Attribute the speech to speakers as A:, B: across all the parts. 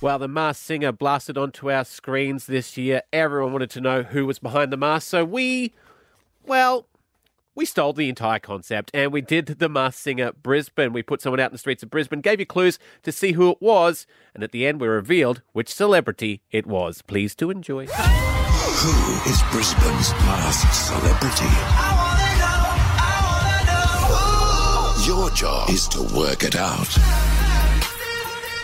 A: Well, the Mars Singer blasted onto our screens this year. Everyone wanted to know who was behind the Mars, so we, well, we stole the entire concept and we did the Mars Singer Brisbane. We put someone out in the streets of Brisbane, gave you clues to see who it was, and at the end we revealed which celebrity it was. Please to enjoy.
B: Who is Brisbane's masked celebrity? Your job is to work it out.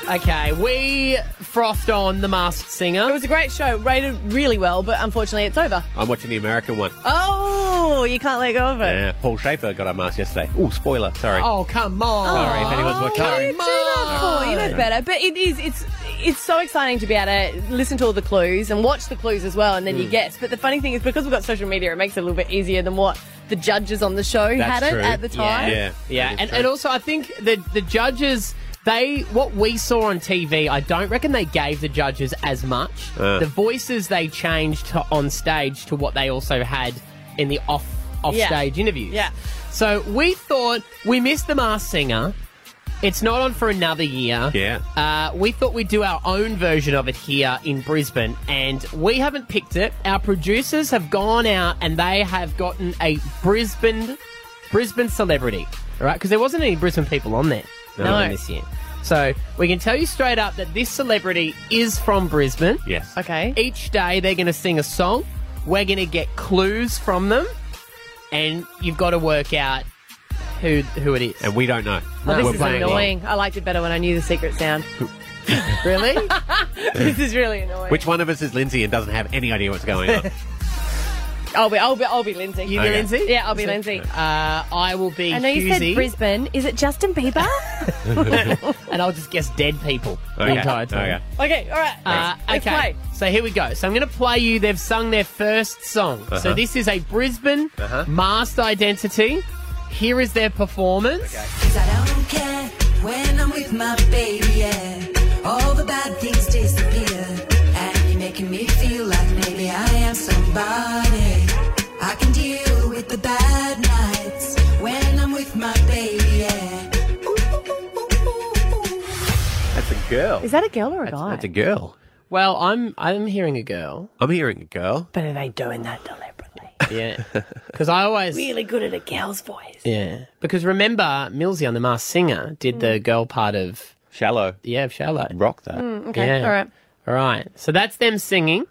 C: Okay, we frothed on The Masked
D: It
C: Singer.
D: was a great show, rated really well, but unfortunately it's over.
A: I'm watching the American one.
D: Oh, you can't let go of it.
A: Yeah, Paul Schaefer got our mask yesterday. Oh, spoiler, sorry.
C: Oh, come on.
A: Sorry if anyone's
D: Oh,
A: watching.
D: what do you do that for? You know better. But it is, it's, it's so exciting to be able to listen to all the clues and watch the clues as well, and
A: Hmm.
D: then you guess. But the funny thing is, because we've got social media, it makes it a little bit easier than what the judges on the show
A: That's
D: had
A: true.
D: it at the time.
A: Yeah.
C: Yeah,
A: That is
C: and,
A: true.
C: and also I think the the judges they what we saw on TV, I don't reckon they gave the judges as much.
A: Uh.
C: The voices they changed to, on stage to what they also had in the off off stage interviews.
D: Yeah.
C: So we thought we missed the Masked Singer. It's not on for another year.
A: Yeah.
C: Uh, we thought we'd do our own version of it here in Brisbane, and we haven't picked it. Our producers have gone out and they have gotten a Brisbane Brisbane celebrity, all right? Because there wasn't any Brisbane people on there
D: No.
C: this year. So we can tell you straight up that this celebrity is from Brisbane.
A: Yes.
D: Okay.
C: Each day they're going to sing a song. We're going to get clues from them, and you've got to work out who who it is.
A: And we don't know.
D: Oh,
A: We're
D: this is
A: playing along.
D: annoying. I liked it better when I knew the secret sound.
C: really?
D: this is really annoying.
A: Which one of us is Lindsay and doesn't have any idea what's going on?
D: I'll be, I'll be, I'll be Lindsay.
C: You
A: Okay.
C: be Lindsay?
D: yeah, I'll be Lindsay.
C: Uh, I will be
D: I know you
C: Husey,
D: said Brisbane. Is it Justin Bieber?
C: and I'll just guess dead people the
A: Okay,
C: entire time.
A: okay.
D: okay, all right.
C: Uh,
D: Let's
C: okay,
D: play.
C: so here we go. So I'm going to play you. They've sung their first song.
A: Uh-huh.
C: So this is a Brisbane masked identity. Here is their performance.
E: Cause I don't care when I'm with my baby, yeah. All the bad things disappear. And you're making me feel like maybe I am somebody. I can deal with the bad nights when I'm with my baby, yeah.
A: That's a girl.
D: Is that a girl or a guy?
A: That's a girl.
C: Well, I'm I'm hearing a girl.
A: I'm hearing a girl.
D: but are they doing that deliberately?
C: Yeah, because I always
D: really good at a girl's voice.
C: yeah. Because remember, Millsy on the Masked Singer did
D: Mm.
C: the girl part of
A: Shallow.
C: yeah of Shallow.
A: Rock that.
D: Mm, Okay,
C: Yeah.
D: all right.
C: All right. So that's them singing.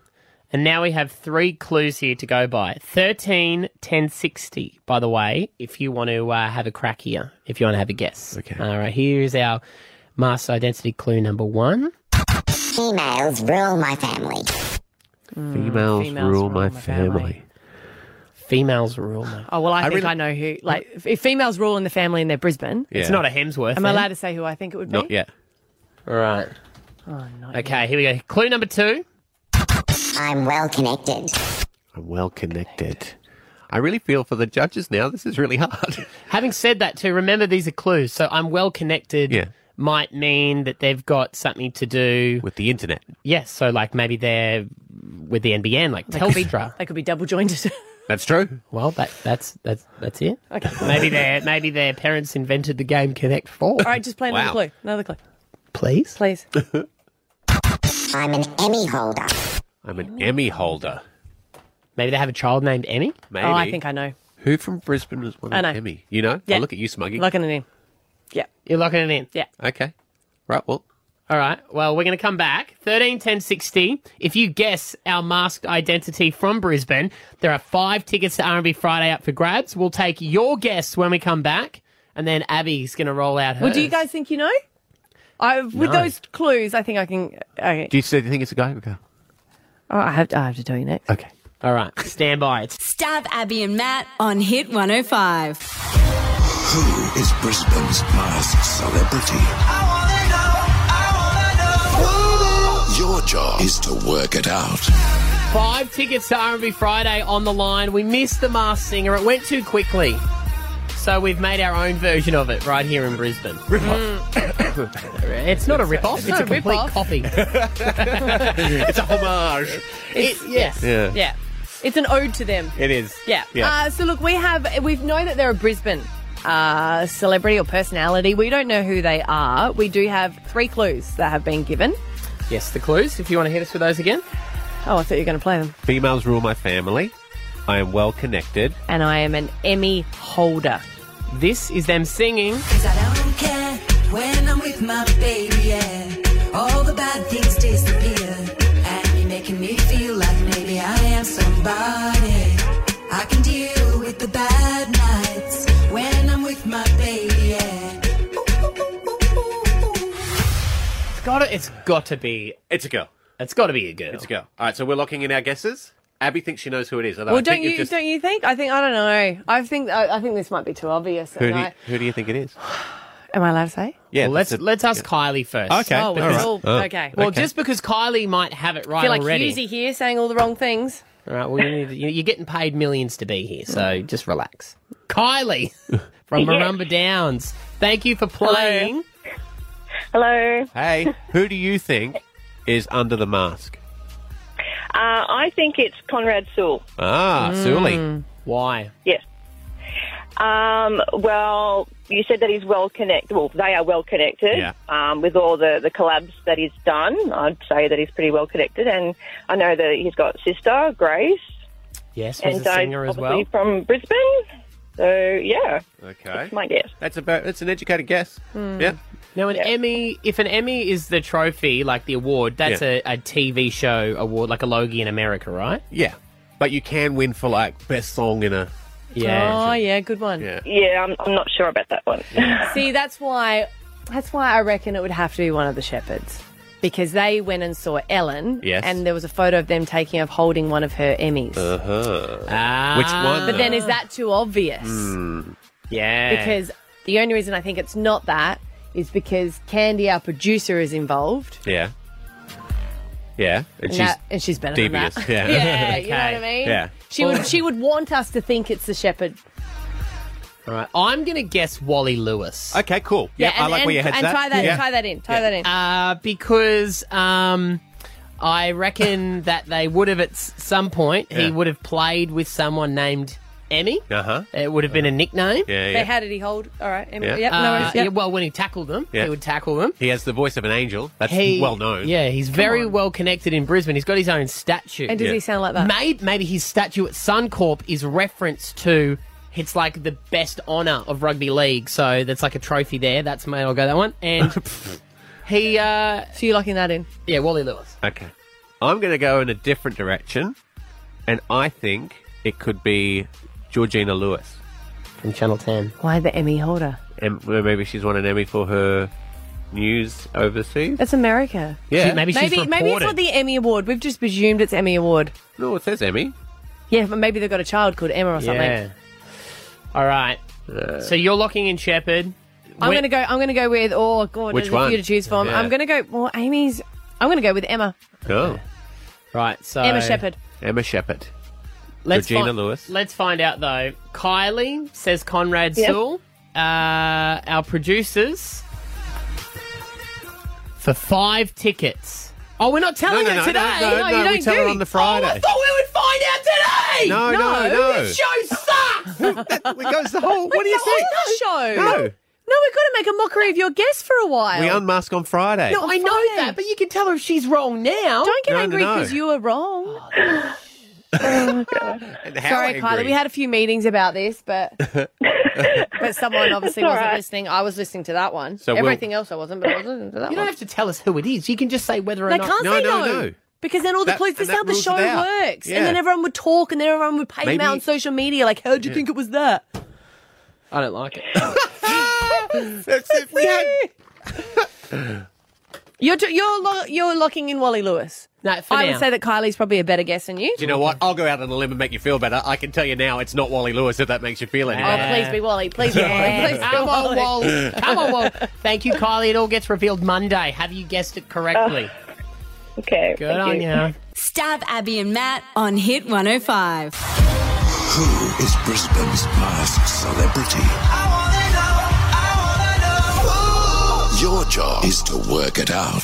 C: And now we have three clues here to go by 13, 1060, by the way, if you want to uh, have a crack here, if you want to have a guess.
A: Okay.
C: All right. Here's our master identity clue number one.
F: Females rule my family.
A: Females,
D: Mm, females
A: rule my family.
C: Females rule. mate.
D: Oh well, I, think
A: really-
D: I know who. Like, if- if females rule in the family and they're Brisbane,
A: Yeah.
C: It's not a Hemsworth.
D: am I
C: then.
D: allowed to say who I think it would be?
A: Not yet.
C: All right.
D: Oh, not yet.
C: Okay. Here we go. Clue number two.
F: I'm well connected.
A: I'm well connected. I really feel for the judges now. This is really hard.
C: Having said that, too, remember these are clues. So I'm well connected.
A: Yeah.
C: Might mean that they've got something to do.
A: With the internet.
C: Yes, so like maybe they're with the NBN, like Telstra.
D: They could be double jointed.
A: That's true.
C: Well, that that's that's that's it.
D: okay. All
C: Maybe their maybe their parents invented the game Connect Four.
D: right, just play another
A: Wow.
D: clue. Another clue,
C: please.
D: please.
F: I'm an Emmy holder.
A: I'm an
D: Oh.
A: Emmy holder.
C: Maybe they have a child named Emmy.
A: Maybe.
D: Oh, I think I know.
A: Who from Brisbane was one
D: I
A: of
D: know.
A: Emmy? You know?
D: Yeah.
A: Oh, look at you, Smuggy.
D: Locking it in. Yeah,
C: You're locking it in.
D: yeah.
A: Okay. Right, well,
C: All right. Well, we're going to come back. 13, 10, 60. If you guess our masked identity from Brisbane, there are five tickets to R&B Friday up for grabs. We'll take your guess when we come back, and then Abby's going to roll out her.
D: Well, do you guys think you know? I with
C: No.
D: those clues, I think I can. Okay.
A: do you still think it's a guy or a girl?
D: Oh, I have. To, I have to tell you next.
A: Okay.
C: All right. Stand by. It's
G: Stab Abby and Matt on Hit 105.
B: Who is Brisbane's masked celebrity? Your job is to work it out.
C: five tickets to R&B Friday on the line. We missed the masked singer. It went too quickly. So we've made our own version of it right here in Brisbane.
D: Mm.
C: It's not a rip-off. It's,
D: not
C: a,
D: a
C: complete
D: rip-off.
C: copy.
A: it's a homage.
C: It, yes.
A: Yeah.
D: Yeah, it's an ode to them.
A: It is.
D: Yeah. Uh, so look, we have we know that they're a Brisbane uh, celebrity or personality. We don't know who they are. We do have three clues that have been given.
C: Yes, the clues, if you want to hit us with those again.
D: Oh, I thought you were going to play them.
A: Females rule my family. I am well connected.
D: And I am an Emmy holder.
C: This is them singing.
E: Cause I don't care when I'm with my baby, yeah. All the bad things disappear. And you're making me feel like maybe I am somebody. I can deal with the bad nights when I'm with my baby, yeah.
C: It's got to, it's got to be,
A: It's a girl.
C: it's got to be a girl.
A: It's a girl. All right, so we're locking in our guesses. Abby thinks she knows who it is. although I
D: Well, don't
A: think you've
D: you
A: just-
D: don't you think? I think I don't know. I think I, I think this might be too obvious.
A: Who
D: and
A: do, you,
D: I-
A: who do you think it is?
D: am I allowed to say?
A: Yeah,
C: Well, let's
A: that's a-
C: let's ask Kylie first.
A: Okay,
D: Oh, well,
A: all
D: it's
A: right.
D: all-
A: Oh,
D: okay.
C: Well,
A: okay.
C: just because Kylie might have it right
D: I feel like
C: already.
D: Husey here saying all the wrong things.
C: All right, well, you need, you- you're getting paid millions to be here, so just relax. Kylie from Marumba Downs, thank you for playing.
H: Hello. Uh,
A: hey, who do you think is under the mask?
H: I think it's Conrad Sewell.
A: Ah,
D: Mm.
A: Sully.
C: Why?
H: Yes. Um, well, you said that he's well connected. Well, they are well connected.
A: Yeah.
H: Um, with all the, the collabs that he's done, I'd say that he's pretty well connected. And I know that he's got sister, Grace,
C: Yes, was
H: and
C: a
H: Dave,
C: singer as well.
H: obviously from Brisbane. So, yeah,
A: Okay.
H: my guess.
A: That's about. That's an educated guess.
D: Mm.
A: Yeah.
C: Now, an
H: Yeah.
C: Emmy, if an Emmy is the trophy, like the award, that's
A: Yeah.
C: a, a TV show award, like a Logie in America, right?
A: Yeah. But you can win for like best song in a.
D: Oh yeah, good one.
A: Yeah.
H: Yeah, I'm, I'm not sure about that one.
D: See, that's why that's why I reckon it would have to be one of the shepherds. Because they went and saw Ellen,
A: Yes.
D: and there was a photo of them taking of holding one of her Emmys.
A: Uh-huh.
C: Ah,
A: Which one?
D: but then is that too obvious?
A: Hmm.
C: Yeah.
D: Because the only reason I think it's not that is because Candy, our producer, is involved.
A: Yeah. Yeah. And
D: And,
A: she's
D: that- and she's better
A: devious.
D: than that. Yeah,
A: Yeah.
D: you know what
C: Okay.
D: I mean.
A: Yeah.
D: She would she would want us to think it's the shepherd.
C: All right, I'm going to guess Wally Lewis.
A: Okay. Cool. Yeah.
D: and,
A: I like
D: and,
A: where your head's
D: and
A: at.
D: tie that
A: Yeah.
D: tie that in. Tie that in.
C: Uh, because um, I reckon that they would have at s- some point
A: Yeah.
C: he would have played with someone named Emmy.
A: Uh huh.
C: It would have been a nickname.
A: Yeah.
D: They
A: Yeah.
D: how did he hold? All right. Em-
A: Yeah.
D: Yep,
C: Uh,
D: no worries.
C: yeah,
D: Yep.
C: well, when he tackled them,
A: Yeah.
C: he would tackle them.
A: he has the voice of an angel. That's
C: He,
A: well known.
C: Yeah, he's very well connected in Brisbane. He's got his own statue.
D: And does
A: yeah.
D: he sound like that?
C: maybe, maybe his statue at Suncorp is reference to it's like the best honour of rugby league. So that's like a trophy there. That's maybe I'll go that one. And he, uh,
D: So you're locking that in.
C: yeah, Wally Lewis.
A: Okay. I'm going to go in a different direction, and I think it could be Georgina Lewis.
C: From Channel 10.
D: Why the Emmy holder?
A: Em- well, maybe she's won an Emmy for her news overseas.
D: That's America.
A: Yeah.
C: She- maybe she's
D: Uh, Maybe maybe it's
C: reported.
D: not the Emmy Award. We've just presumed it's Emmy Award.
A: No, it says Emmy.
D: Yeah, but maybe they've got a child called Emma or something.
C: Yeah. All right. so you're locking in Shepherd.
D: I'm
C: Wait-
D: gonna go. I'm gonna go with. Oh God,
A: Which
D: there's a
A: one?
D: few to choose from.
A: Yeah.
D: I'm gonna go. Well, Amy's. I'm gonna go with Emma.
A: Oh,
C: Right. So
D: Emma Shepherd.
A: Emma Shepherd.
C: Let's
A: Regina
C: fin-
A: Lewis.
C: Let's find out though. Kylie says Conrad
H: Yep.
C: Sewell. Uh, our producers for five tickets. Oh, we're not telling
A: No,
C: her
A: no, no,
C: today.
A: no, no, no, we tell her on the Friday.
C: Oh, I thought we would find out today.
A: No, no, no.
C: This show sucks.
A: That- it goes the whole. What do you
D: It's
A: think?
D: a horror show.
A: No.
D: No, we've got to make a mockery of your guest for a while.
A: We unmask on Friday.
D: No,
C: I know
D: Friday.
C: that, but you can tell her if she's wrong now.
D: Don't get
A: No, no,
D: angry
A: no. Oh,
D: because you were wrong.
A: And how
D: Sorry,
A: angry.
D: Kylie. We had a few meetings about this, but but someone obviously
H: all
D: wasn't
H: right.
D: listening. I was listening to that one.
A: So we'll-
D: Everything else I wasn't, but I was listening to that
C: You
D: one.
C: don't have to tell us who it is. You can just say whether or
D: they
C: not.
D: can't
A: No,
D: say
A: no,
D: no,
A: no.
D: Because then all the
A: That-
D: clues. This
A: and
D: is how
A: that
D: the
A: rules
D: show
A: it out.
D: works,
A: Yeah.
D: and then everyone would talk, and then everyone would pay
A: Maybe-
D: them out on social media. Like, how'd you think it was that?
C: I don't like it.
A: That's it. We had.
D: You're t- you're lo- you're locking in Wally Lewis.
C: No, for
D: I
C: now.
D: would say that Kylie's probably a better guess than you.
A: Do you know what? I'll go out on a limb and make you feel better. I can tell you now, it's not Wally Lewis. If that makes you feel any
D: Oh,
A: better.
D: please be Wally. Please be Wally. Please be
C: Come on,
D: Wally.
C: Wally. Come on, Wally. Thank you, Kylie. It all gets revealed Monday. Have you guessed it correctly?
D: Oh,
H: Okay.
C: Good
H: thank
C: on
H: you.
C: you.
G: Stab Abby and Matt on Hit 105.
B: Who is Brisbane's masked celebrity? Your job is to work it out.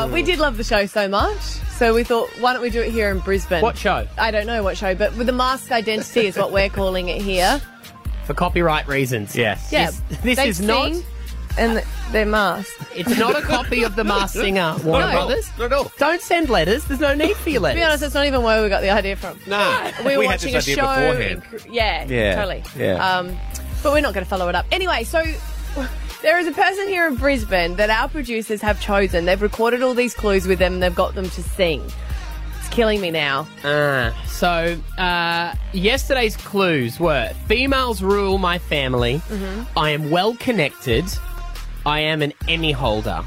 D: Oh, we did love the show so much, so we thought, why don't we do it here in Brisbane?
C: What show?
D: I don't know what show, but with the masked identity is what we're calling it here.
C: For copyright reasons.
A: Yes.
D: Yeah,
C: This, this
D: they've
C: is not
D: seen- and th- their mask.
C: It's not a copy of The Masked Singer, Warner
D: No.
C: Brothers.
A: Not at all.
C: Don't send letters. There's no need for your
D: To
C: letters.
D: be honest, that's not even where we got the idea from.
A: Nah,
D: we were
A: we had
D: watching
A: this
D: a
A: idea
D: show.
A: beforehand.
D: in Cor- yeah,
A: Yeah,
D: totally.
A: yeah.
D: Um, but we're not going to follow it up anyway. So. There is a person here in Brisbane that our producers have chosen. They've recorded all these clues with them. They've got them to sing. It's killing me now.
C: Ah, so, uh, yesterday's clues were females rule my family.
D: Mm-hmm.
C: I am well connected. I am an Emmy holder.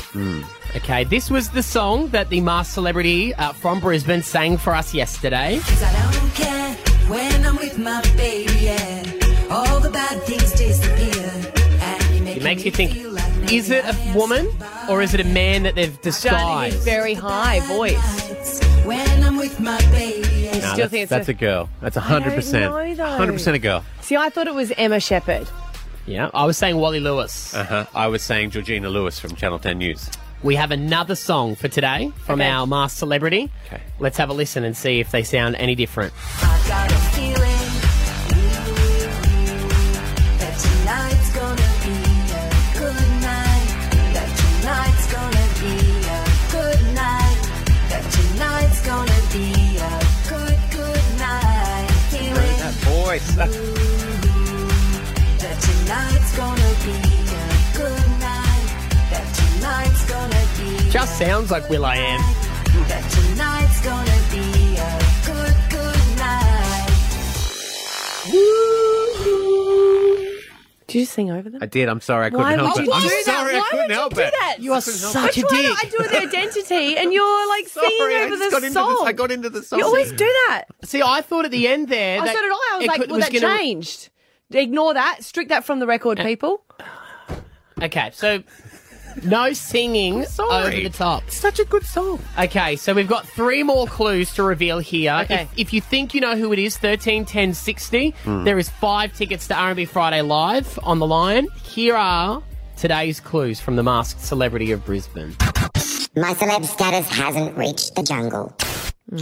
C: Okay, this was the song that the masked celebrity uh, from Brisbane sang for us yesterday.
E: Cause I don't care when I'm with my baby, yeah. All the bad things disappear. And you make
C: It makes you
E: me
C: think
E: feel like maybe
C: is it
E: I
C: a
E: am
C: woman or is it a man that they've
D: Done in his
C: disguised?
D: very high voice.
E: somebody. When I'm with my baby, yeah.
A: Nah,
D: Still
A: that's,
D: think it's
A: that's
D: a-
A: a, girl. That's 100%.
D: know, though.
A: 100% a girl.
D: See, I thought it was Emma Shepherd.
C: yeah, I was saying Wally Lewis.
A: Uh-huh. I was saying Georgina Lewis from Channel 10 News.
C: We have another song for today from
D: Okay.
C: our masked celebrity.
A: Okay.
C: Let's have a listen and see if they sound any different.
E: I got a feeling that tonight's gonna be a good night. That tonight's gonna be a good night. That tonight's gonna be a good, good night. Feeling
A: voice.
E: that tonight's gonna be a good night. That tonight's gonna be.
C: Just
E: a
C: sounds like Will I Am.
E: good- That tonight's gonna be a good, good night.
D: Did you sing over them?
A: I did. I'm sorry. I couldn't
D: Why
A: help
D: would
A: it.
D: you
A: I'm
D: do that?
A: sorry.
D: Why
A: I couldn't
D: would you
A: help
D: do
A: it.
D: that?
C: You are such a
D: Why do
C: dick.
D: I do with the identity and you're like
A: Sorry,
D: singing
A: I
D: over
A: just
D: the
A: got into
D: song?
A: this- I got into the song.
D: You always do that.
C: See, I thought at the end there.
D: Oh, I
C: that
D: said it all. I was
C: it
D: like,
C: could-
D: well,
C: was
D: that
C: gonna-
D: changed. Ignore that. Strike that from the record, people.
C: Okay, so no singing over
A: sorry.
C: the top.
A: Such a good song.
C: Okay, so we've got three more clues to reveal here.
D: Okay. Hmm.
C: If, if you think you know who it is, 13, 10, 60, there is five tickets to R&B Friday Live on the line. Here are today's clues from the masked celebrity of Brisbane.
F: My celeb status hasn't reached the jungle.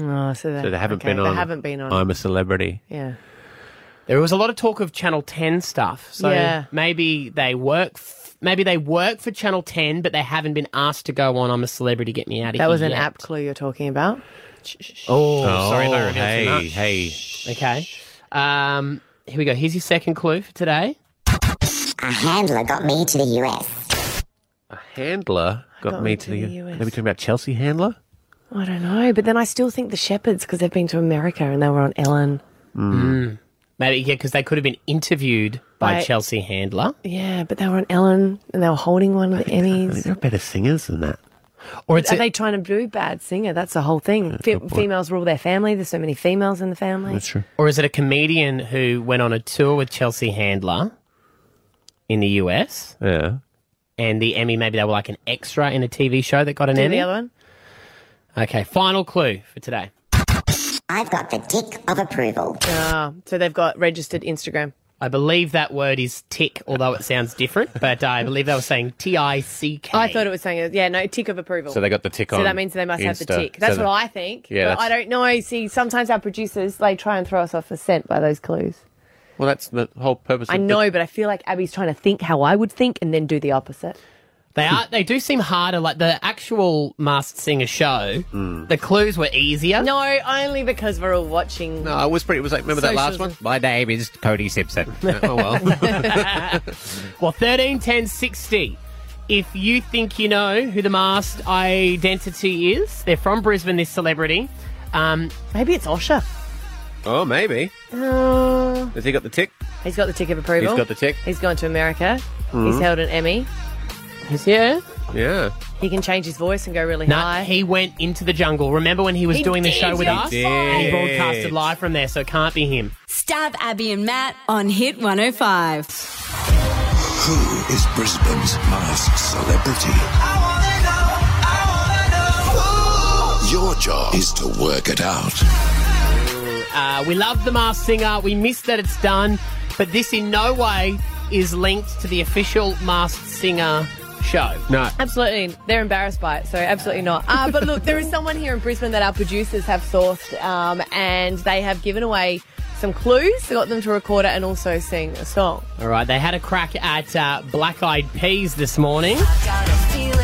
D: Oh, so they,
A: They haven't been on.
D: They haven't been on.
A: I'm a celebrity.
D: yeah.
C: There was a lot of talk of Channel 10 stuff. So
D: Yeah.
C: maybe they work f- maybe they work for Channel 10 but they haven't been asked to go on I'm a celebrity get me out of here.
D: That was an
C: yet.
D: app clue you're talking about.
C: Oh, sorry, don't reveal too
A: hey,
C: much.
A: hey.
C: Okay. Um here we go. Here's your second clue for today.
F: A handler got me to the US.
A: A handler got,
D: Got
A: me to the.
D: US.
A: Are we talking about Chelsea Handler?
D: I don't know, but then I still think the Shepherds because they've been to America and they were on Ellen.
C: Maybe yeah cuz they could have been interviewed by
D: By-
C: Chelsea Handler
D: Yeah, but they were on Ellen and they were holding one of the
A: I think
D: Emmys.
A: there are better singers than that.
C: or it's
D: Are
C: a-
D: they trying to do bad singer? That's the whole thing. Fe- females rule their family. There's so many females in the family.
A: That's true.
C: or is it a comedian who went on a tour with Chelsea Handler in the US
A: Yeah.
C: and the Emmy maybe they were like an extra in a TV show that got an
D: Do
C: Emmy?
D: the other one.
C: Okay, final clue for today.
F: I've got the tick of approval.
D: Ah, so they've got registered Instagram.
C: I believe that word is tick, although it sounds different, but I believe they were saying T I C K.
D: I thought it was saying, yeah, no, tick of approval.
A: So they got the tick on.
D: So that means they must have the
A: Insta.
D: tick. That's
A: So
D: what
A: the-
D: I think.
A: Yeah,
D: but I
A: that's-
D: don't know. See, sometimes our producers they try and throw us off the scent by those clues.
A: Well, that's the whole purpose.
D: I
A: of the-
D: know, but I feel like Abby's trying to think how I would think and then do the opposite.
C: They are. They do seem harder. Like the actual Masked Singer show,
A: Hmm.
C: the clues were easier.
D: No, only because we're all watching.
A: No, I was pretty. Uh, Was like, remember that last one?
D: Socialism.
A: My name is Cody Simpson. oh well.
C: Well, thirteen, ten, sixty. If you think you know who the masked identity is, they're from Brisbane. This celebrity. Um,
D: Maybe it's Osher.
A: oh, maybe.
D: Uh,
A: Has he got the tick?
D: he's got the tick of approval.
A: He's got the Hmm. tick.
D: He's gone to America. He's held an Emmy.
C: yeah.
A: Yeah.
D: He can change his voice and go really
C: No,
D: high.
C: he went into the jungle. Remember when he was
D: He
C: doing the
D: did,
C: show with
D: you're
C: us?
A: He
C: And he
A: did.
C: broadcasted live from there, so it can't be him.
G: Stab Abby and Matt on Hit 105.
B: Who is Brisbane's masked celebrity? Your job is to work it out.
C: Uh, we love the Masked Singer. We miss that it's done, but this in no way is linked to the official Masked Singer show.
A: No.
D: Absolutely. They're embarrassed by it, so absolutely not. Uh, but look, there is someone here in Brisbane that our producers have sourced, um, and they have given away some clues, got them to record it and also sing a song.
C: All right, they had a crack at uh, Black Eyed Peas this morning.
E: Got a feeling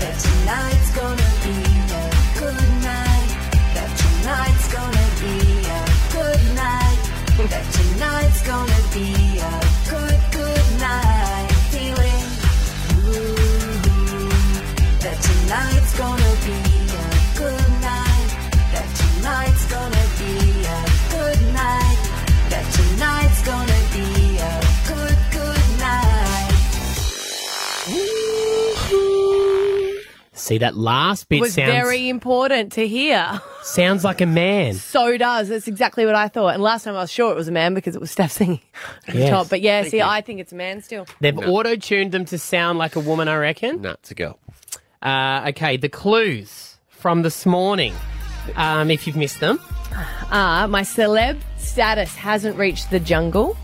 E: that tonight's gonna be a good night. That tonight's gonna be a good night. That tonight's gonna be a good, good night. Feeling ooh, that tonight's gonna be a good night. That tonight's gonna be a good night. That tonight's gonna be a good, good night.
C: See, that last bit
D: was
C: sounds
D: very important to hear.
C: sounds like a man.
D: So does. That's exactly what I thought. And last time I was sure it was a man because it was Steph singing at the
C: Yes.
D: top. But yeah, see, I think it's a man still.
C: They've auto tuned them to sound like a woman, I reckon.
A: Nah, it's a girl.
C: Uh, okay, the clues from this morning, um, if you've missed them.
D: Uh, my celeb status hasn't reached the jungle.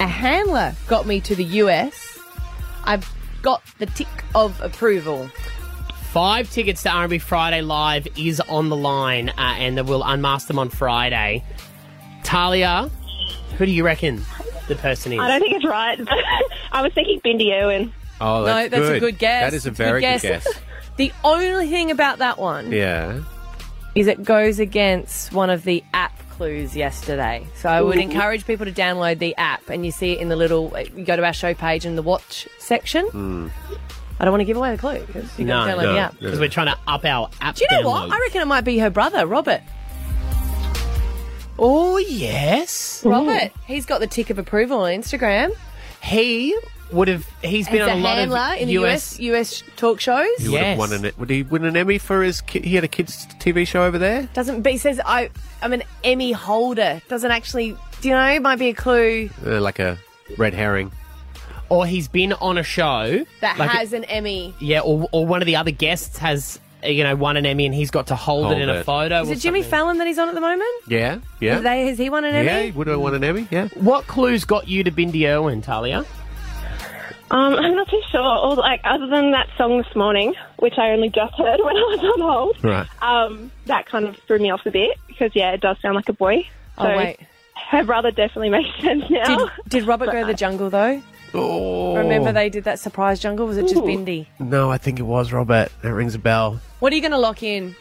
D: A handler got me to the US. I've got the tick of approval.
C: Five tickets to R&B Friday Live is on the line, uh, and then we'll unmask them on Friday. Talia, who do you reckon the person is?
H: I don't think it's right. I was thinking Bindi Irwin.
A: Oh, that's,
D: no, that's a good guess.
A: That is a
D: It's
A: very good guess.
D: The only thing about that one
A: Yeah.
D: is it goes against one of the app clues yesterday. So I would encourage people to download the app and you see it in the little, uh, you go to our show page in the watch section. I don't want to give away the clue because you got to
C: No,
D: download
C: no,
D: the app.
C: Because we're trying to up our app
D: Do you know what?
C: downloads.
D: I reckon it might be her brother, Robert.
C: oh, yes.
D: Robert, he's got the tick of approval on Instagram.
C: He would have, he's been
D: He's
C: on
D: a
C: a lot
D: handler
C: of
D: in the US, US talk shows.
A: He would
C: Yes.
A: have won an. Would he win an Emmy for his? Ki- he had a kids' TV show over there.
D: Doesn't but he says I I'm an Emmy holder. Doesn't actually do you know, might be a clue
A: Uh, like a red herring. e-
C: Or he's been on a show.
D: that
C: like-
D: has an Emmy.
C: Yeah, or, or one of the other guests has, uh, you know, won an Emmy and he's got to hold,
A: Hold
C: it in
A: it.
C: a photo.
D: Is
C: or
D: it Jimmy
C: something.
D: Fallon that he's on at the moment?
A: Yeah, yeah,
D: Have They, has he won an
A: yeah.
D: Emmy?
A: He would have won an Emmy. Yeah.
C: What clues got you to Bindi Irwin, Talia?
H: Um, I'm not too sure. Or, like, other than that song this morning, which I only just heard when I was on hold,
A: Right.
H: um, that kind of threw me off a bit because, yeah, it does sound like a boy.
D: Oh
H: So
D: wait.
H: Her brother definitely makes sense now.
D: Did, did Robert go to the jungle though?
A: Oh.
D: Remember they did that surprise jungle? Was it just
H: Ooh.
D: Bindi?
A: No, I think it was Robert. That rings a bell.
D: What are you going to lock in?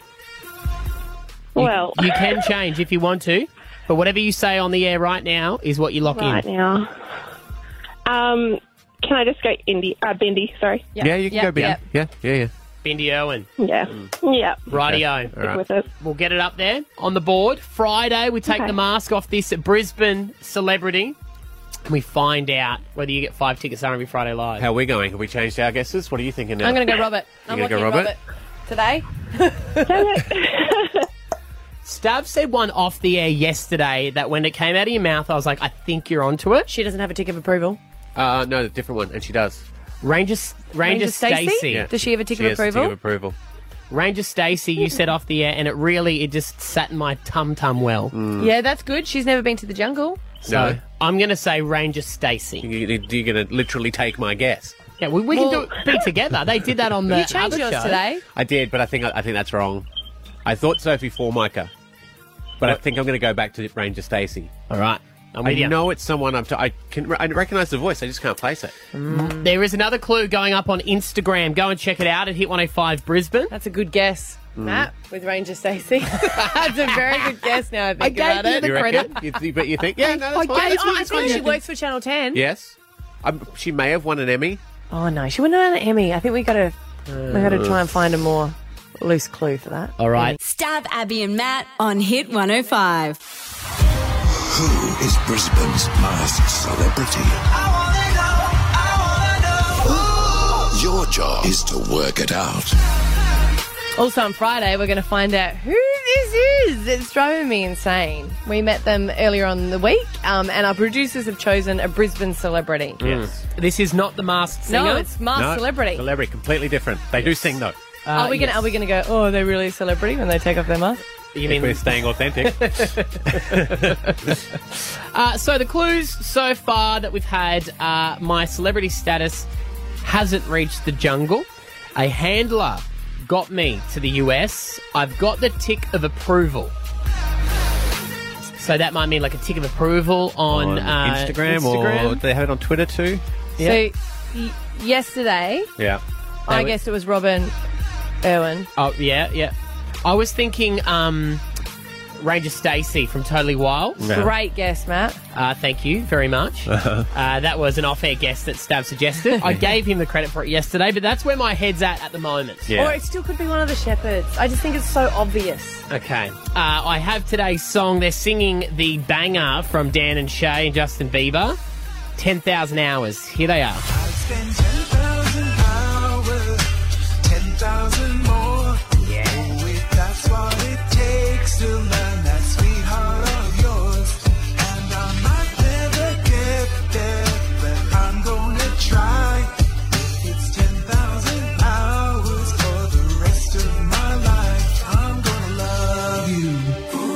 H: well,
C: You can change if you want to, but whatever you say on the air right now is what you lock
H: right
C: in.
H: now. Um, can I just go Indy? Uh, Bindi, sorry.
A: Yeah, you can
D: yep,
A: go.
D: yep.
A: Yep. Yeah, yeah, yeah.
C: Bindi Irwin,
H: Yeah. Yeah.
C: rightio.
A: All right.
H: With it.
C: We'll get it up there on the board. Friday, we take
H: Okay.
C: the mask off this Brisbane celebrity. and We find out whether you get five tickets to R&B Friday Live.
A: How are we going? Have we changed our guesses? What are you thinking now?
D: I'm going to go Robert. I'm
A: gonna
D: locking
A: go Robert?
D: Today?
C: Stav said one off the air yesterday that when it came out of your mouth, I was like, I think you're onto it.
D: She doesn't have a tick of approval.
A: Uh, no, a different one, and she does.
C: Ranger, Ranger,
D: Ranger Stacey?
C: Stacey.
A: Yeah.
D: Does she have a tick
A: She
D: of
A: has a tick
D: approval?
A: of approval.
C: Ranger Stacey, you said off the air, and it really, it just sat in my tum tum well.
A: Mm.
D: Yeah, that's good. She's never been to the jungle.
C: So
A: No.
C: I'm going to say Ranger Stacey.
A: You, are going to literally take my guess.
C: Yeah, we, we
D: Well-
C: can do it, be together. They did that on the
D: You changed
C: other
D: yours
C: show.
D: today.
A: I did, but I think I think that's wrong. I thought Sophie Formica, but I think I'm going to go back to Ranger Stacey.
C: All right. I'm
A: I
C: with you.
A: know it's someone I've. T- I can. I recognize the voice. I just can't place it.
C: There is another clue going up on Instagram. Go and check it out at Hit 105 Brisbane.
D: That's a good guess.
A: Mm.
D: Matt with Ranger Stacey. That's a very good guess now I think
C: I gave
D: about
C: you
D: it.
C: the-
A: You reckon? you th- but you think? Yeah, no, that's fine.
D: I,
A: That's
D: oh, I
A: fine.
D: think she works for Channel 10.
A: Yes. Um, she may have won an Emmy.
D: Oh no, she wouldn't have an Emmy. I think we gotta we gotta try and find a more loose clue for that.
C: All right.
G: Stab Abby and Matt on Hit 105.
B: Who is Brisbane's masked celebrity? Your job is to work it out.
D: Also on Friday we're gonna find out who this is. It's driving me insane. We met them earlier on in the week, um, and our producers have chosen a Brisbane celebrity.
A: Yes.
C: This is not the masked singer.
D: No, it's masked Ah, celebrity.
A: Celebrity, completely different. They do sing though.
D: are we gonna
C: Uh, yes.
D: are we gonna go, oh, are they really a celebrity when they take off their mask?
C: You
A: If we're
C: mean,
A: staying authentic.
C: uh, so the clues so far that we've had uh, my celebrity status hasn't reached the jungle. A handler got me to the US. I've got the tick of approval. So that might mean like a tick of approval
I: on
C: on, uh,
I: Instagram, or
C: Instagram.
I: do they have it on Twitter too?
D: So y- yesterday,
I: Yeah.
D: I
C: we-
D: guess it was Robin Irwin.
C: Oh yeah, yeah. I was thinking um, Ranger Stacy from Totally Wild.
D: Great guess, Matt.
C: Uh, thank you very much. uh that was an off-air guess that Stav suggested. I gave him the credit for it yesterday, but that's where my head's at at the moment.
I: Yeah.
D: Or it still could be one of the shepherds. I just think it's so obvious.
C: Okay. Uh, I have today's song. They're singing the banger from Dan and Shay and Justin Bieber. 10,000 hours. Here they are.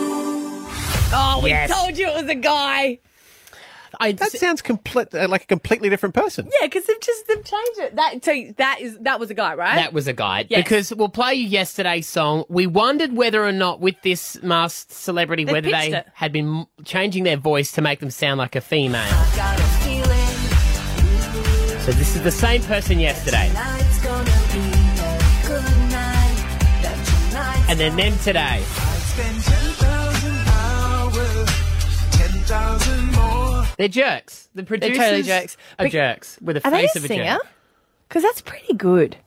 D: Oh, we
C: Yes.
D: told you it was a guy.
C: I,
I: That sounds complete, uh, like a completely different person.
D: Yeah, because they've just they've changed it. That so that is that was a guy, right?
C: that was a guide.
D: Yes.
C: Because we'll play you yesterday's song. We wondered whether or not with this masked celebrity,
D: They
C: whether they
D: pitched it.
C: had been m- changing their voice to make them sound like a female.
E: Got a feeling
C: So this is the same person yesterday.
E: tonight's gonna be a good night. That tonight's
C: And then them today. They're jerks. The producers
D: totally jerks.
C: are
D: But-
C: jerks with a
D: Are they
C: face
D: a
C: of a
D: singer?
C: jerk.
D: Because that's pretty good.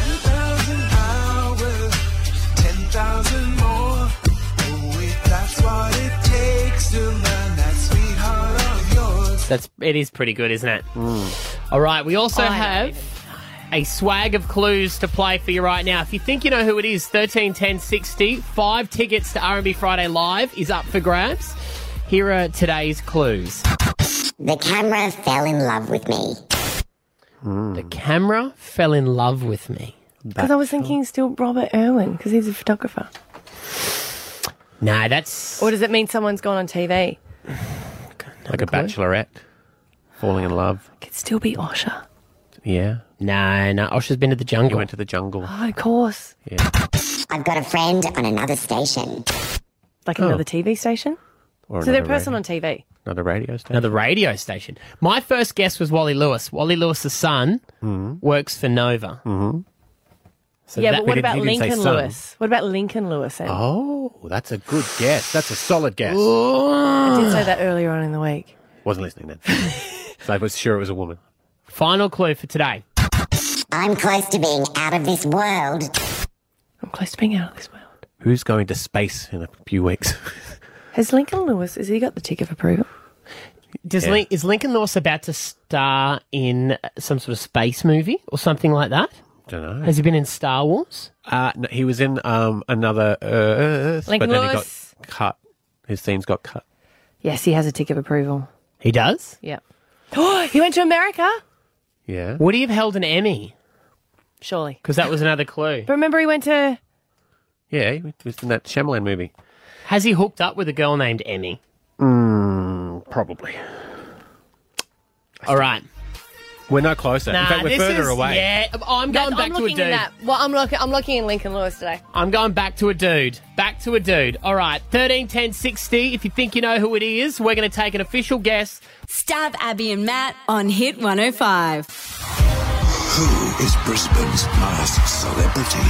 E: Oh,
C: That's it is pretty good, isn't it? All right, we also
D: Mm. I don't
C: have a swag of clues to play for you right now. If you think you know who it is, thirteen ten sixty. Five tickets to R&B Friday Live is up for grabs. Here are today's clues.
F: The camera fell in love with me.
C: The camera fell in love with me.
D: Because I was thinking still Robert Irwin because he's a photographer.
C: No, that's
D: Or does it mean someone's gone on TV?
I: Like a bachelorette falling in love.
D: Could still be Osha.
I: Yeah.
C: no, no. Osha's Oh, been to the
I: He
C: jungle.
I: went to the jungle.
D: Oh, of course.
F: I've got a friend on another station.
D: Like another TV station.
I: Or
D: So they're a
I: another
D: person
I: radio,
D: on TV.
I: another radio station.
C: Another radio station. My first guess was Wally Lewis. Wally Lewis's son works for Nova. Mm-hmm. So
D: yeah,
C: that-
D: but what
I: didn't-
D: about
I: he didn't say
D: Lincoln
I: son.
D: Lewis? What about Lincoln Lewis? Then?
I: Oh, that's a good guess. That's a solid guess.
D: I did say that earlier on in the week.
I: Wasn't listening then. so I was sure it was a woman.
C: Final clue for today.
F: I'm close to being out of this world.
D: I'm close to being out of this world.
I: Who's going to space in a few weeks?
D: Has Lincoln Lewis? Has he got the tick of approval?
C: Does
I: Yeah.
C: Lin- is Lincoln Lewis about to star in some sort of space movie or something like that?
I: Don't know.
C: Has he been in Star Wars?
I: Uh, no, he was in um, another Earth,
D: Lincoln
I: but then
D: Lewis.
I: he got cut. His scenes got cut.
D: Yes, he has a tick of approval.
C: He does.
D: Yeah. Oh, he went to America.
I: Yeah.
C: Would he have held an Emmy?
D: Surely.
C: Because that was another clue.
D: But remember, he went to.
I: Yeah, he was in that Shyamalan movie.
C: Has he hooked up with a girl named Emmy?
I: Probably.
C: All right.
I: We're no closer. in fact, we're
C: this
I: further
C: is-
I: away.
C: Yeah, I'm going
D: I'm
C: back to a
D: looking
C: dude.
D: in that. Well, I'm looking. I'm looking in Lincoln Lewis today.
C: I'm going back to a dude. Back to a dude. All right. 13, 10, 60. If you think you know who it is, we're going to take an official guess.
G: Stab Abby and Matt on Hit 105.
B: Who is Brisbane's masked celebrity?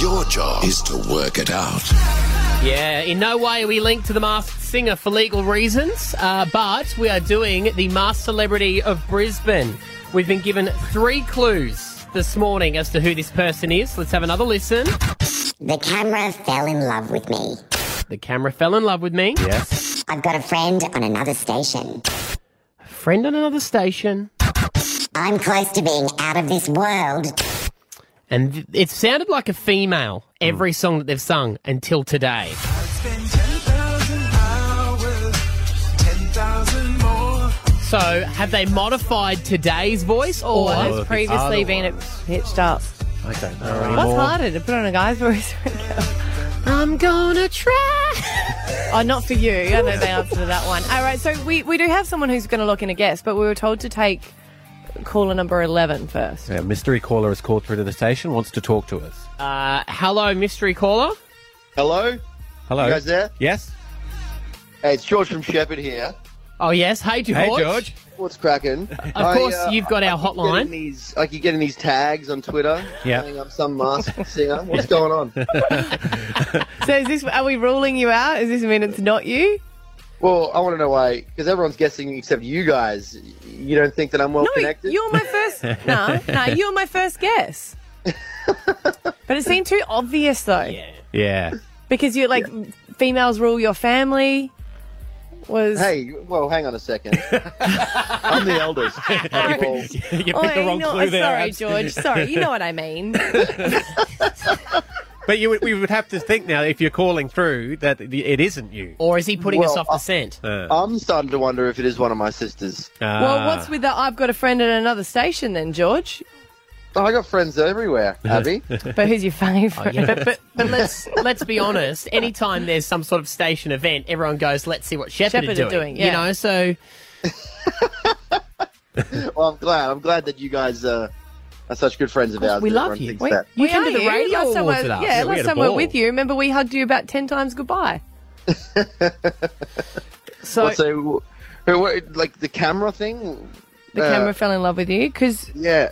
B: Your job is to work it out.
C: Yeah, in no way are we linked to the Masked Singer for legal reasons, uh, but we are doing the Masked Celebrity of Brisbane. We've been given three clues this morning as to who this person is. Let's have another listen.
F: The camera fell in love with me.
C: The camera fell in love with me.
I: Yes.
F: I've got a friend on another station.
C: Friend on another station.
F: I'm close to being out of this world.
C: And th- it sounded like a female every song that they've sung until today. So, have they modified today's voice or
D: Or
I: if
D: has
I: it's
D: previously
I: other
D: been it
I: ones.
D: pitched up.
I: I don't know.
D: What's
I: anymore.
D: harder to put on a guy's voice? or a girl's?
C: I'm gonna try?
D: oh, not for you. I know the answer to that one. All right, so we, we do have someone who's going to lock in a guess, but we were told to take caller number 11 first.
I: Yeah, mystery caller has called through to the station, wants to talk to us.
C: Uh, hello, mystery caller.
J: Hello.
C: Hello.
J: You guys there?
A: Yes.
J: Hey, it's George from Shepherd here.
C: Oh yes. Hey George. uh,
J: What's cracking?
C: Of course, you've got our hotline.
J: uh, These, I keep getting these tags on Twitter.
A: Yeah.
J: saying I'm some masked singer. What's going on?
D: So is this? Are we ruling you out? Does this mean it's not you?
J: Well, I want to know why, because everyone's guessing except you guys. You don't think that I'm well
D: No,
J: connected?
D: you're my first. no, no, you were my first guess. but it seemed too obvious though.
A: Yeah.
D: Because you like females rule your family. Was
J: Hey, well, hang on a second. I'm the eldest. Well,
A: you
D: Oh, no, Sorry, George. Sorry, you know what I mean.
A: But you would, we would have to think now if you're calling through that it isn't you. Uh,
J: Oh.
C: Or is he putting us
J: Well,
C: off the scent?
J: I'm starting to wonder if it is one of my sisters.
D: well, what's with the I've got a friend at another station then, George?
J: Oh, I got friends everywhere, Abby.
D: But who's your favourite?
C: Yeah, but, but but let's let's be honest. Anytime there's some sort of station event, everyone goes, "Let's see what Shepherd,
D: Shepherd
C: are
D: are
C: doing."
D: doing, yeah.
C: You know, so
J: well, I'm glad. I'm glad that you guys uh, are such good friends of, ours.
C: we
J: that
C: love
J: everyone
C: you.
J: thinks
C: We-
J: that.
C: you came to
D: are
C: the radio
D: Last time I-
C: awards with us.
D: Yeah,
A: we
D: last
A: had a
D: time we were
A: ball.
D: with you. Remember, we hugged you about 10 times goodbye. so
J: Well, so, who- what- like the camera thing?
D: the
J: uh,
D: camera fell in love with you because
J: Yeah,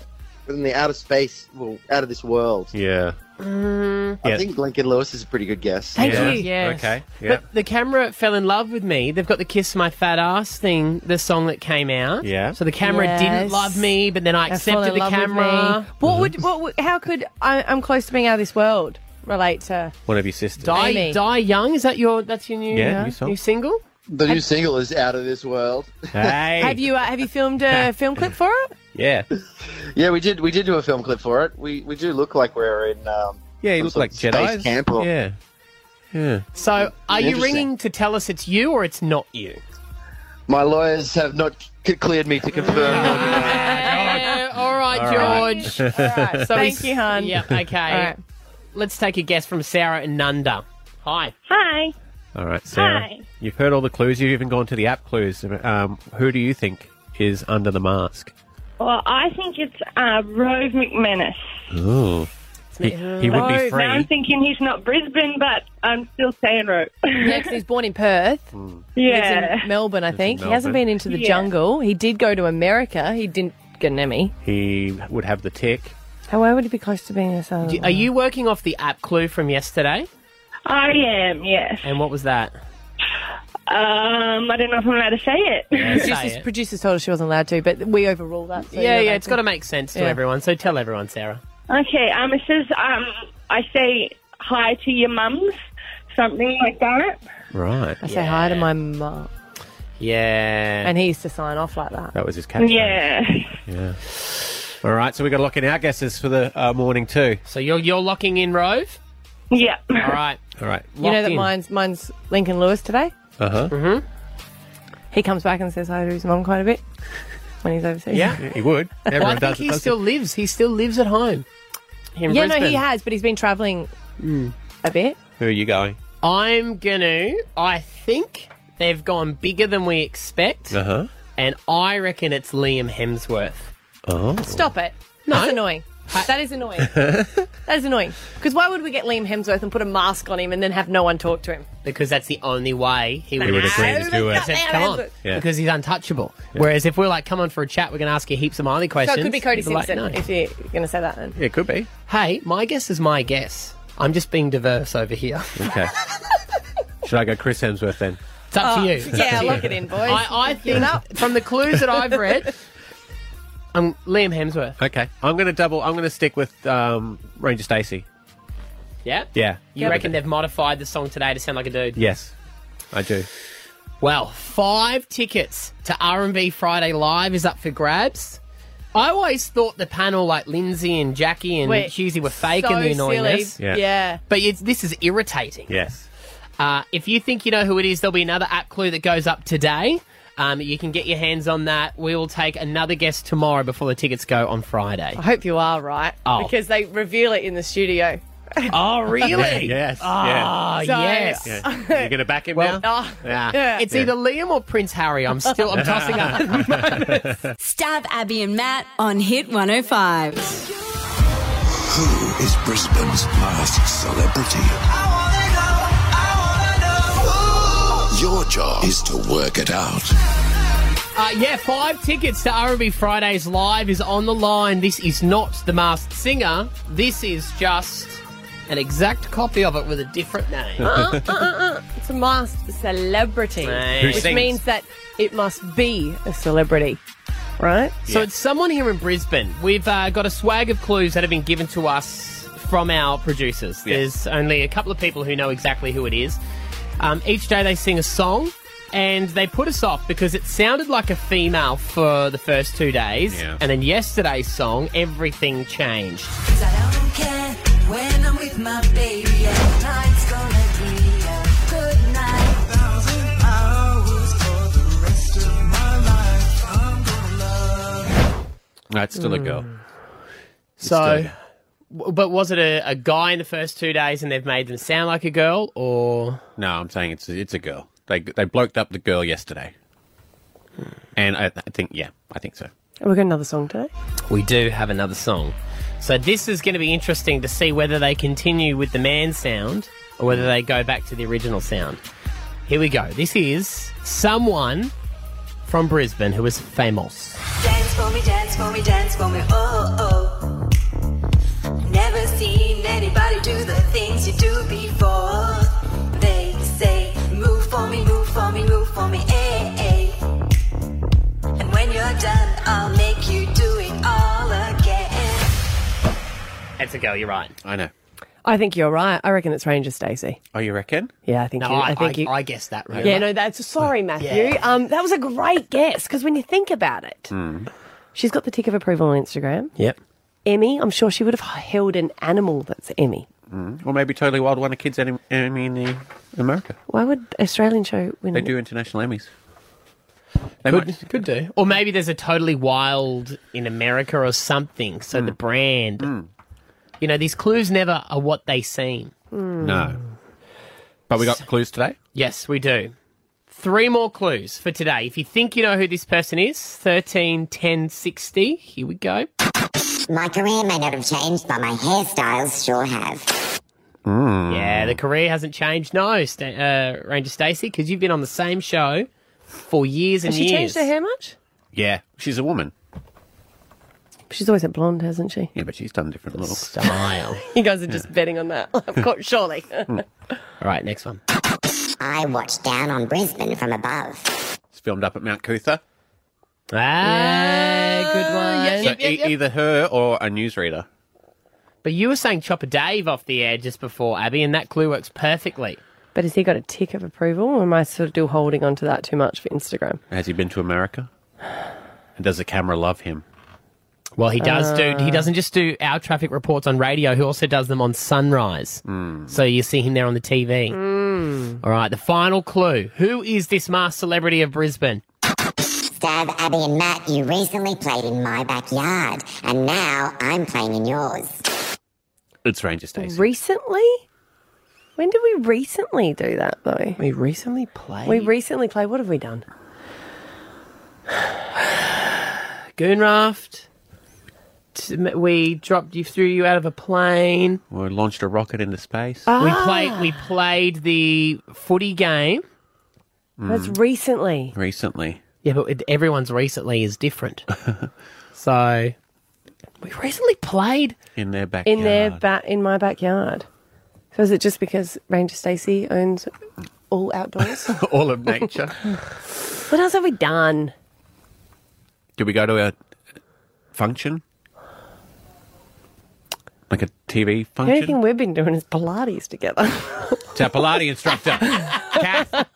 J: in the outer space, well, out of this world.
A: Yeah.
J: Mm. I
A: Yeah.
J: think Lincoln Lewis is a pretty good guess.
D: Thank
A: Yeah.
D: you.
C: Yes.
A: Okay. Yeah.
C: But the camera fell in love with me. They've got the Kiss My Fat Ass thing, the song that came out.
A: Yeah.
C: So the camera didn't
D: Yes.
C: love me, but then I
D: I fell
C: accepted
D: in
C: the
D: love with me.
C: camera.
D: What would, what would, how could I, I'm close to being out of this world relate to?
A: One of your sisters.
C: Die,
D: Amy.
C: Die Young, is that your that's your new,
A: Yeah,
C: uh,
A: new song.
C: new single?
J: The new single is Out of This World.
A: Hey.
D: Have you, uh, have you filmed a film clip for it?
A: Yeah.
J: yeah, we did. We did do a film clip for it. We we do look like we're in. Um,
A: Yeah, you
J: some
A: look
J: sort
A: like
J: of
A: Jedi.
J: Space camp or-
A: Yeah. Yeah.
C: So are you
J: Interesting.
C: ringing to tell us it's you or it's not you?
J: My lawyers have not c- cleared me to confirm.
C: Yeah, all right, George.
D: Right, Thank you, hon.
C: Yep, okay.
D: All right.
C: Let's take a guess from Sarah and Nanda. Hi.
H: Hi.
A: All right, Sarah.
H: Hi.
A: You've heard all the clues. You've even gone to the app clues. Um, who do you think is under the mask?
H: Well, I think it's uh, Rove McManus.
A: Ooh. He, he would be
H: Now I'm
A: free.
H: thinking he's not Brisbane, but I'm still saying Rove.
D: Yeah, 'cause he's born in Perth.
H: yeah.
D: Lives in Melbourne, I think. He hasn't
A: Melbourne.
D: been into the
H: Yeah.
D: jungle. He did go to America. He didn't get an Emmy.
A: He would have the tick.
D: How why would he be close to being a son?
C: Are you working off the app clue from yesterday?
H: I am, yes.
C: And what was that?
H: Um, I don't know if I'm allowed to say it.
C: Say
D: Producers,
C: it.
D: producers told us she wasn't allowed to, but we overruled that. so
C: yeah,
D: you're
C: yeah,
D: allowed
C: it's got to make sense to
D: Yeah.
C: everyone. So tell everyone, Sarah.
H: Okay, um, it says um, I say hi to your mums, something like that.
A: Right.
D: I say hi to my mum,
C: Yeah.
D: and he used to sign off like that.
A: That was his catchphrase.
H: Yeah.
A: All right, so we got to lock in our guesses for the uh, morning too.
C: so you're you're locking in Rove.
H: Yeah.
C: All right.
A: All right.
D: You know
C: locked
D: that
C: in.
D: mine's mine's Lincoln Lewis today.
A: Uh huh.
C: Uh-huh.
D: He comes back and says hi to his mum quite a bit when he's overseas.
A: Yeah, he would. Everyone
C: Well, I think
A: does. it,
C: he
A: doesn't
C: still lives. He still lives at home. Here in
D: yeah, no,
C: Brisbane.
D: he has, but he's been travelling a bit.
A: he? Who are you going?
C: I'm gonna. I think they've gone bigger than we expect,
A: Uh huh.
C: and I reckon it's Liam Hemsworth.
A: Oh.
D: Stop it. That's annoying. That is annoying. that is annoying. Because why would we get Liam Hemsworth and put a mask on him and then have no one talk to him?
C: because that's the only way he would,
A: would agree to do it.
C: He says, come on,
A: Yeah.
C: because he's untouchable. Whereas if we're like, come on for a chat, we're going to ask you heaps of Miley
D: So
C: questions.
D: it could be Cody
C: he'd like,
D: Simpson
C: no.
D: if you're going to say that. Then.
A: It could be.
C: Hey, my guess is my guess. I'm just being diverse over here.
A: Okay. Should I go Chris Hemsworth then?
C: It's up to you. It's up
D: Oh, Yeah,
C: to you.
D: lock it in, boys.
C: I, I think from the clues that I've read, I'm Liam Hemsworth.
A: Okay. I'm going to double. I'm going to stick with um, Ranger Stacy.
C: Yeah.
A: Yeah.
C: You reckon they've modified the song today to sound like a dude?
A: Yes, I do.
C: Well, five tickets to R&B Friday Live is up for grabs. I always thought the panel like Lindsay and Jackie and
D: Wait,
C: Husey were fake
D: so
C: in the annoyingness.
D: silly.
A: Yeah.
D: yeah.
C: But it's, this is irritating.
A: Yes.
C: Uh, if you think you know who it is, there'll be another app clue that goes up today. Um, you can get your hands on that. We will take another guess tomorrow before the tickets go on Friday.
D: I hope you are right
C: Oh.
D: because they reveal it in the studio.
C: Oh, really?
A: Yes.
C: Oh,
D: So-
C: yes.
A: Yeah. yeah. You're going to back him
C: Well-
A: now?
D: Oh,
A: Yeah.
D: yeah.
C: It's either Liam or Prince Harry. I'm still, I'm tossing up.
G: oh Stab Abby and Matt on Hit 105.
K: Who is Brisbane's masked celebrity? Your job is to work it out.
C: Uh, yeah, five tickets to R&B Fridays Live is on the line. This is not The Masked Singer. This is just an exact copy of it with a different name.
D: Uh-uh, uh-uh, uh. It's a masked celebrity,
C: Who
D: which
C: sings?
D: means that it must be a celebrity, right?
C: So it's someone here in Brisbane. We've uh, got a swag of clues that have been given to us from our producers. There's only a couple of people who know exactly who it is. Um, each day they sing a song, and they put us off because it sounded like a female for the first two days,
L: Yeah.
C: and then yesterday's song, everything changed.
L: Cause I don't care when I'm with my baby. Yeah, night's gonna be a good night. Thousand hours for the rest of my life. I'm gonna love.
A: That's still a girl.
C: So, w- but was it a, a guy in the first two days, and they've made them sound like a girl, or
A: No, I'm saying it's a, it's a girl. They they bloked up the girl yesterday, and I, I think yeah, I think so.
D: We've got another song today.
C: We do have another song. So this is going to be interesting to see whether they continue with the man sound or whether they go back to the original sound. Here we go. This is someone from Brisbane who is famous.
L: Dance for me, dance for me, dance for me, oh oh. Never seen anybody do the things you do before. They say, move for me, move for me, move for me, eh eh. And when you're done, I'll make you do it all again.
C: That's a girl, you're right.
A: I know.
D: I think you're right. I reckon it's Ranger Stacey.
A: Oh, you reckon?
D: Yeah, I think.
C: No,
D: you,
C: I,
D: I think
C: I,
D: you.
C: I guessed that. Right.
D: yeah, no, that's sorry, Matthew.
C: Yeah.
D: Um, that was a great guess because when you think about it,
C: Mm.
D: she's got the tick of approval on Instagram.
C: Yep.
D: Emmy, I'm sure she would have held an animal that's Emmy.
A: Mm. Or maybe Totally Wild won a kids Emmy Emmy in the- in America.
D: Why would Australian show win?
A: They do international Emmys. They
C: Could,
A: might-
C: could do. Or maybe there's a totally wild in America or something. So the brand, you know, these clues never are what they seem.
A: No. But we got clues today.
C: Yes, we do. Three more clues for today. If you think you know who this person is, 13 10 60. Here we go.
F: My career may not have changed, but my hairstyles sure have.
C: Yeah, the career hasn't changed. No, Sta uh, Ranger Stacey, because you've been on the same show for years and
D: Has she
C: years.
D: changed her hair much?
A: Yeah, she's a woman.
D: She's always had blonde, hasn't she?
A: Yeah, but she's done different little
C: style.
D: You guys are just betting on that. Of course, surely.
C: All right, next one.
F: I watched down on Brisbane from above.
A: It's filmed up at Mount Cootha.
C: Ah,
D: Uh,
C: good one.
A: so e- either her or a newsreader.
C: But you were saying Chopper Dave off the air just before, Abby, and that clue works perfectly.
D: But has he got a tick of approval, or am I still holding on to that too much for Instagram?
A: Has he been to America? And does the camera love him?
C: Well, he does do. He
D: Ah.
C: doesn't just do our traffic reports on radio. He also does them on Sunrise. So you see him there on the TV. All right, the final clue. Who is this masked celebrity of Brisbane?
F: Stav, Abby, and Matt, you recently played in my backyard, and now I'm playing in yours.
A: It's Ranger Stacey.
D: Recently? When did we recently do that, though?
C: We recently played.
D: We recently played. What have we done?
C: Goonraft. T- We dropped you, threw you out of a plane.
A: We launched a rocket into space.
D: Uh,
C: We played. We played the footy game.
D: That's recently.
A: Recently.
C: Yeah, but it- everyone's recently is different. so we recently played.
A: In their backyard.
D: In their ba- in my backyard. So is it just because Ranger Stacey owns all outdoors?
A: All of nature.
D: what else have we done?
A: Did we go to a function? Like a TV
D: The only thing
A: function?
D: we've been doing is Pilates together.
A: It's our Pilates instructor. Kath.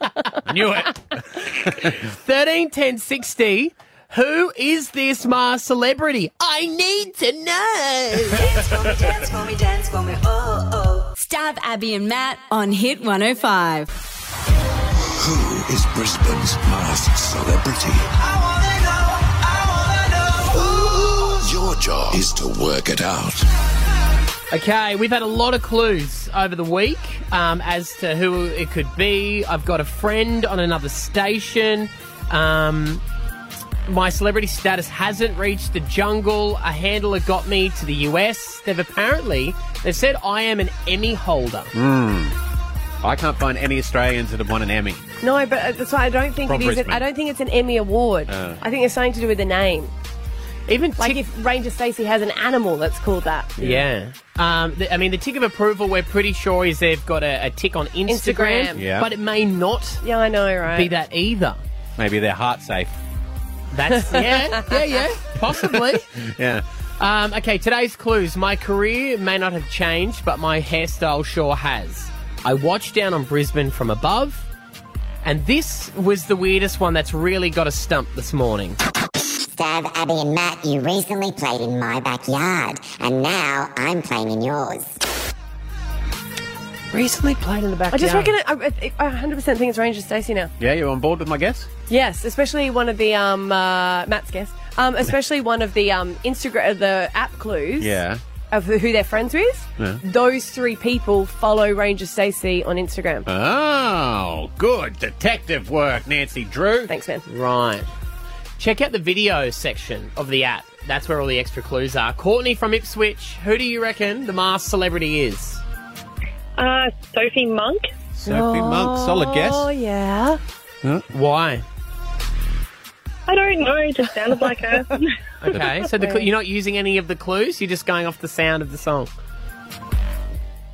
A: I knew it.
C: 13 10 60. Who is this Mars celebrity? I need to know.
L: Dance for me, dance for me, dance for me, oh oh.
G: Stab Abby and Matt on Hit 105.
K: Who is Brisbane's masked celebrity? Your job is to work it out.
C: okay, we've had a lot of clues over the week um, as to who it could be. I've got a friend on another station. Um, My celebrity status hasn't reached the jungle. A handler got me to the US. They've apparently they've said I am an Emmy holder.
I: Mm. I can't find any Australians that have won an Emmy.
D: No, but uh, that's why I don't think
I: From
D: it is.
I: Brisbane.
D: I don't think it's an Emmy award.
I: Uh.
D: I think it's something to do with the name.
C: Even
D: like if Ranger Stacey has an animal that's called that.
C: Yeah. Um, the, I mean, the tick of approval we're pretty sure is they've got a, a tick on Instagram,
D: Instagram. Yeah.
C: but it may not
D: Yeah, I know, right?
C: be that either.
I: Maybe they're heart safe.
C: That's yeah, yeah, yeah, possibly.
I: Yeah.
C: Um, okay, today's clues. My career may not have changed, but my hairstyle sure has. I watched down on Brisbane from above, and this was the weirdest one that's really got us stumped this morning.
F: Stav, Abby, and Matt, you recently played in my backyard, and now I'm playing in yours.
C: Recently played in the
D: I just reckon it, I, I 100% think it's Ranger Stacey now.
I: Yeah, you're on board with my guess?
D: Yes, especially one of the um, uh, Matt's guess. Um, especially one of the um, Instagram, the app clues
I: Yeah.
D: of who who they're friends with.
I: Yeah.
D: Those three people follow Ranger Stacey on Instagram.
I: Uh, Oh, good detective work, Nancy Drew.
D: Thanks, man.
C: Right. Check out the video section of the app. That's where all the extra clues are. Courtney from Ipswich, who do you reckon the masked celebrity is?
H: Uh, Sophie Monk.
I: Sophie Monk, solid guess.
D: Oh yeah.
C: Why?
H: I don't know. It just sounded like her.
C: Okay, so the cl- you're not using any of the clues, you're just going off the sound of the song.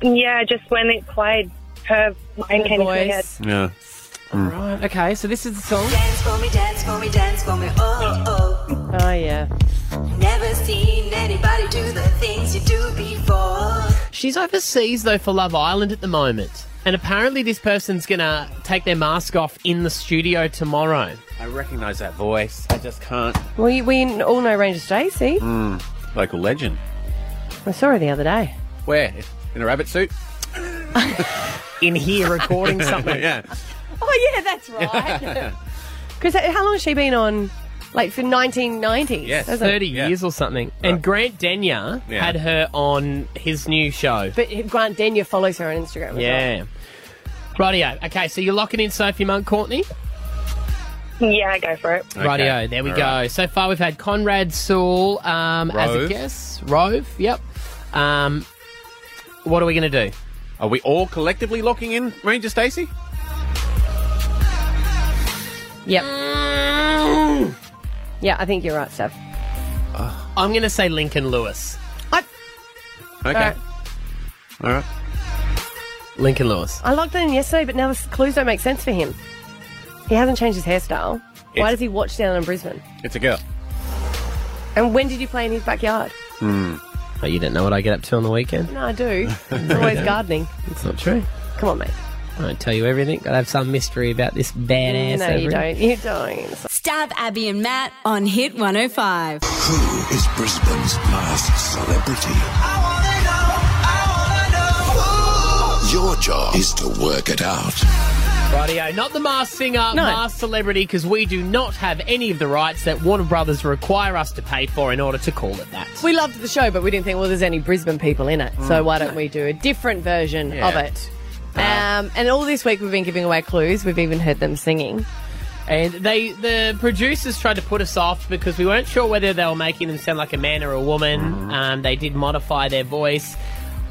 H: yeah, just when it played, her name came into my head.
I: Yeah.
C: Right, okay, so this is the song.
E: Dance for me, dance for me, dance for me. Oh, oh.
D: Oh yeah.
E: Never seen anybody do the things you do before.
C: She's overseas though for Love Island at the moment. And apparently this person's gonna take their mask off in the studio tomorrow.
I: I recognize that voice. I just can't.
D: We we all know Ranger Stacey.
I: Mm. Local legend.
D: I saw her the other day.
I: Where? In a rabbit suit?
C: In here recording something.
I: yeah.
D: Oh yeah, that's right. Because uh, how long has she been on? Like for 1990s.
C: Yes,
D: That's like-
C: 30 years or something. And Grant Denyer
D: Yeah.
C: had her on his new show.
D: But Grant Denyer follows her on Instagram. As Well.
C: Yeah. Rightio. Okay, so you're locking in Sophie Monk Courtney?
H: Yeah, go for it.
C: Rightio, there we
H: All
C: go.
H: right.
C: So far we've had Conrad Sewell um, as a
I: Rove.
C: guess. Rove, yep. Um, what are we going to do?
I: Are we all collectively locking in Ranger Stacey?
D: Yep. Yeah, I think you're right, Steph.
C: I'm going to say Lincoln Lewis.
I: Okay.
D: Alright.
I: All right.
C: Lincoln Lewis.
D: I locked in yesterday, but now the clues don't make sense for him. He hasn't changed his hairstyle. Why
I: It's-
D: does he watch down in Brisbane?
I: It's a girl.
D: And when did you play in his backyard?
C: But you didn't know what I get up to on the weekend?
D: No, I do. It's always gardening.
C: It's not true.
D: Come on, mate.
C: I don't tell you everything. Gotta have some mystery about this badass.
D: no,
C: over
D: you
C: here.
D: don't. You don't.
G: Stab Abby and Matt on Hit 105.
B: Who is Brisbane's masked celebrity? Your job is to work it out.
C: Rightio, not the masked singer,
B: No.
C: masked celebrity, because we do not have any of the rights that Warner Brothers require us to pay for in order to call it that.
D: We loved the show, but we didn't think, well, there's any Brisbane people in it, so why don't we do a different version
C: Yeah.
D: of it? Um, and all this week we've been giving away clues. We've even heard them singing.
C: And they, the producers tried to put us off because we weren't sure whether they were making them sound like a man or a woman. Um, they did modify their voice.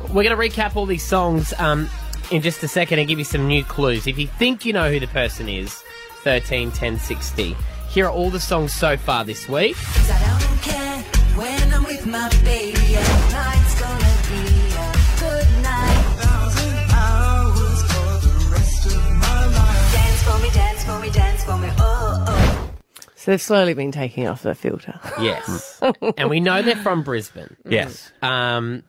C: We're going to recap all these songs um, in just a second and give you some new clues. If you think you know who the person is, 13, 10, 60. Here are all the songs so far this week.
E: Cause I don't care when I'm with my baby. Yeah, night's gonna be a good night. Dance for me, dance for me, dance for me. Oh, oh.
D: So they've slowly been taking off the filter.
C: Yes. and we know they're from Brisbane.
I: Yes.
A: Uh,
C: Um,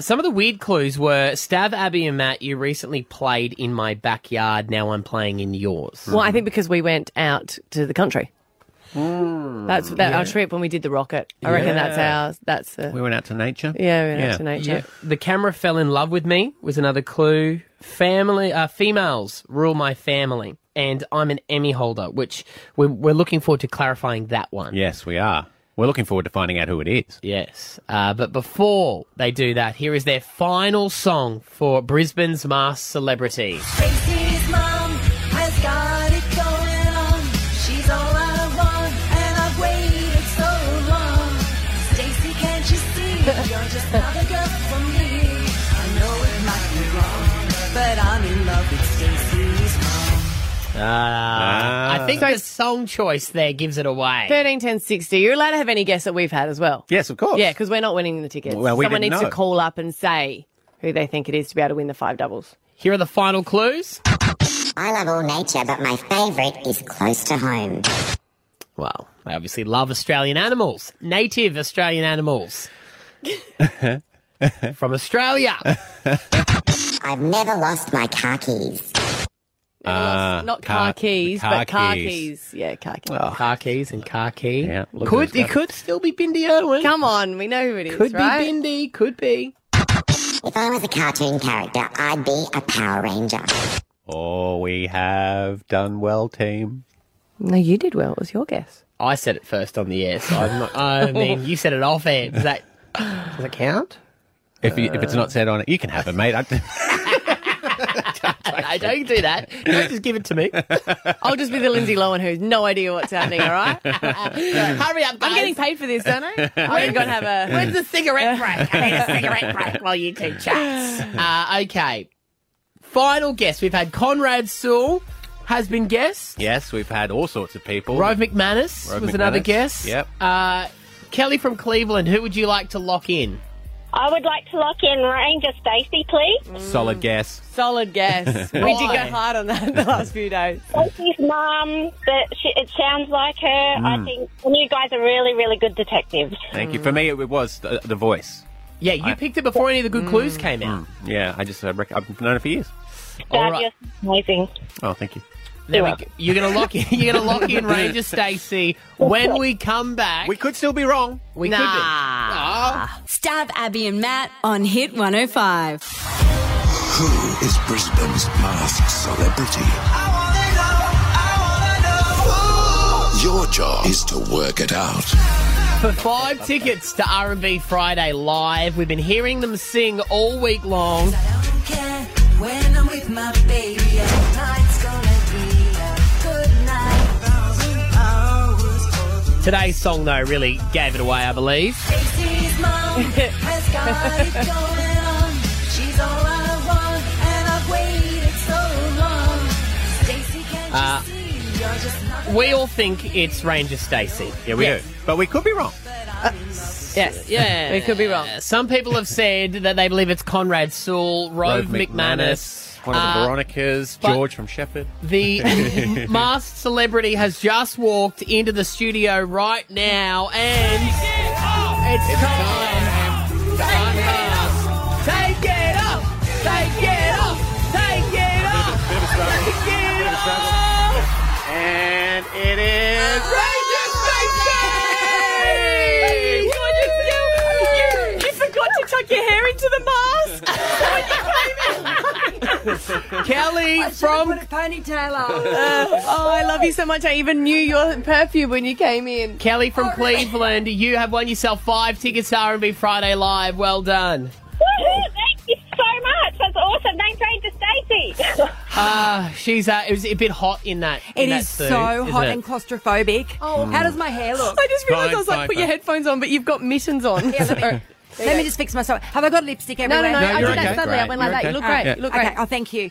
C: some of the weird clues were Stav, Abby, and Matt, you recently played in my backyard. Now I'm playing in yours.
D: Well, I think because we went out to the country. That's that, our
C: Yeah.
D: trip when we did the rocket. I reckon that's
C: Yeah.
D: ours. That's uh,
I: We went out to nature.
D: Yeah, we went out to nature.
C: The camera fell in love with me was another clue. Family, uh, females rule my family, and I'm an Emmy holder, which we're, we're looking forward to clarifying that one.
I: Yes, we are. We're looking forward to finding out who it is.
C: Yes, uh, but before they do that, here is their final song for Brisbane's mass celebrity.
E: Tracy's mom has got it going on. She's all I want, and I've
M: You're just another girl for me. I know it might be wrong, but I'm in love with Stacey's mom.
C: I think the song choice there gives it away.
D: 13, 10, 60. You're allowed to have any guess that we've had as well.
A: Yes, of course.
D: Yeah, because we're not winning the tickets.
A: Well, we
D: Someone
A: didn't
D: needs
A: know.
D: to call up and say who they think it is to be able to win the five doubles.
C: Here are the final clues.
F: I love all nature, but my favourite is close to home.
C: Well, they obviously love Australian animals, native Australian animals from Australia.
F: I've never lost my car keys.
D: not car, keys,
C: car
D: but car
C: keys.
D: keys. Yeah, car keys.
C: Car keys and car key. Yeah,
A: look
C: could
A: at
C: it
A: that.
C: could still be Bindi Irwin?
D: Come on, we know who it is,
C: could
D: right?
C: be Bindi. Could be.
F: If I was a cartoon character, I'd be a Power Ranger.
A: Oh, we have done well, team.
D: No, you did well. It was your guess.
C: I said it first on the air, so I'm not. I mean, you said it off air. Does that does that count?
A: If, you,
D: Uh,
A: if it's not said on it, you can have it, mate. I-
C: I don't do that. Don't just give it to me.
D: I'll just be the Lindsay Lohan who's no idea what's happening, all right?
C: Hurry up, guys.
D: I'm getting paid for this, don't I? I'm going to have a.
C: Where's the cigarette break? I need a cigarette break while you two chat. Uh, okay. Final guess. We've had Conrad Sewell has been guessed.
A: yes, we've had all sorts of people.
C: Rove McManus
A: Rove
C: was another
A: McManus.
C: guess.
A: Yep.
C: Uh, Kelly from Cleveland, who would you like to lock in?
H: I would like to lock in Ranger Stacey, please.
A: Solid guess.
D: Solid guess. we did
C: Why?
D: go hard on that the last few days.
H: Stacey's mum, that she, it sounds like her. I think and you guys are really, really good detectives.
A: Thank you. For me, it, was the, the voice.
C: Yeah, you picked it before any of the good clues came out.
A: Yeah, I just I reckon, I've known it for years.
C: All
H: Fabulous, amazing.
A: Oh, thank you.
C: There we go. You're gonna lock in. You're gonna lock in Ranger Stacey when we come back.
A: We could still be wrong.
C: we could be.
G: Stab Abby and Matt on Hit 105.
K: Who is Brisbane's masked celebrity? Your job is to work it out.
C: For five tickets to R&B Friday Live, we've been hearing them sing all week long.
M: Don't care when I'm with my baby. yeah. Night's gonna be a good night. Thousand hours for the
C: Today's song, though, really gave it away, I believe.
M: Stacey's mom has got it going on. She's all I want, and I've waited so long. Stacey, can't
C: Uh,
M: you see you're just another
C: We all think it's Ranger Stacey.
A: Yeah, we
C: Yes.
A: do. But we could be wrong.
D: Yes.
C: Yeah.
D: We could be wrong.
C: Some people have said that they believe it's Conrad Sewell, Rove, McManus.
A: one of the
C: Uh,
A: Veronicas,
C: but-
A: George from Shepherd.
C: The masked celebrity has just walked into the studio right now, and it's time. Take it off! Take it off! Take it off! Take it off! Take it off!
A: And it is.
C: Ranger Stacey!
D: You, you forgot to tuck your hair into the mask.
C: Kelly
M: From
C: from
M: put a ponytail on.
D: oh, I love you so much. I even knew your perfume when you came in.
C: Kelly from Cleveland, you have won yourself five tickets to R&B Friday Live. Well done.
H: Woohoo! Thank you so much. That's awesome. Name's Ranger Stacey.
C: Uh, she's uh, it was a bit hot in that.
M: It
C: in that
M: is
C: suit,
M: so
C: isn't
M: hot
C: it?
M: and claustrophobic. Oh, how does my hair look?
D: I just realised I
A: Fine,
D: was like,
A: fine,
D: put your
A: fine.
D: headphones on, but you've got mittens on. Sorry.
M: Let me just fix myself. Have I got lipstick
D: no,
M: everywhere?
D: no, no, I
A: you're
D: did that
A: okay.
D: suddenly. I
A: Great.
D: went like that.
A: You're
D: You
A: okay.
D: look great.
A: Yeah.
D: You look
M: Okay,
D: great.
M: oh, thank you.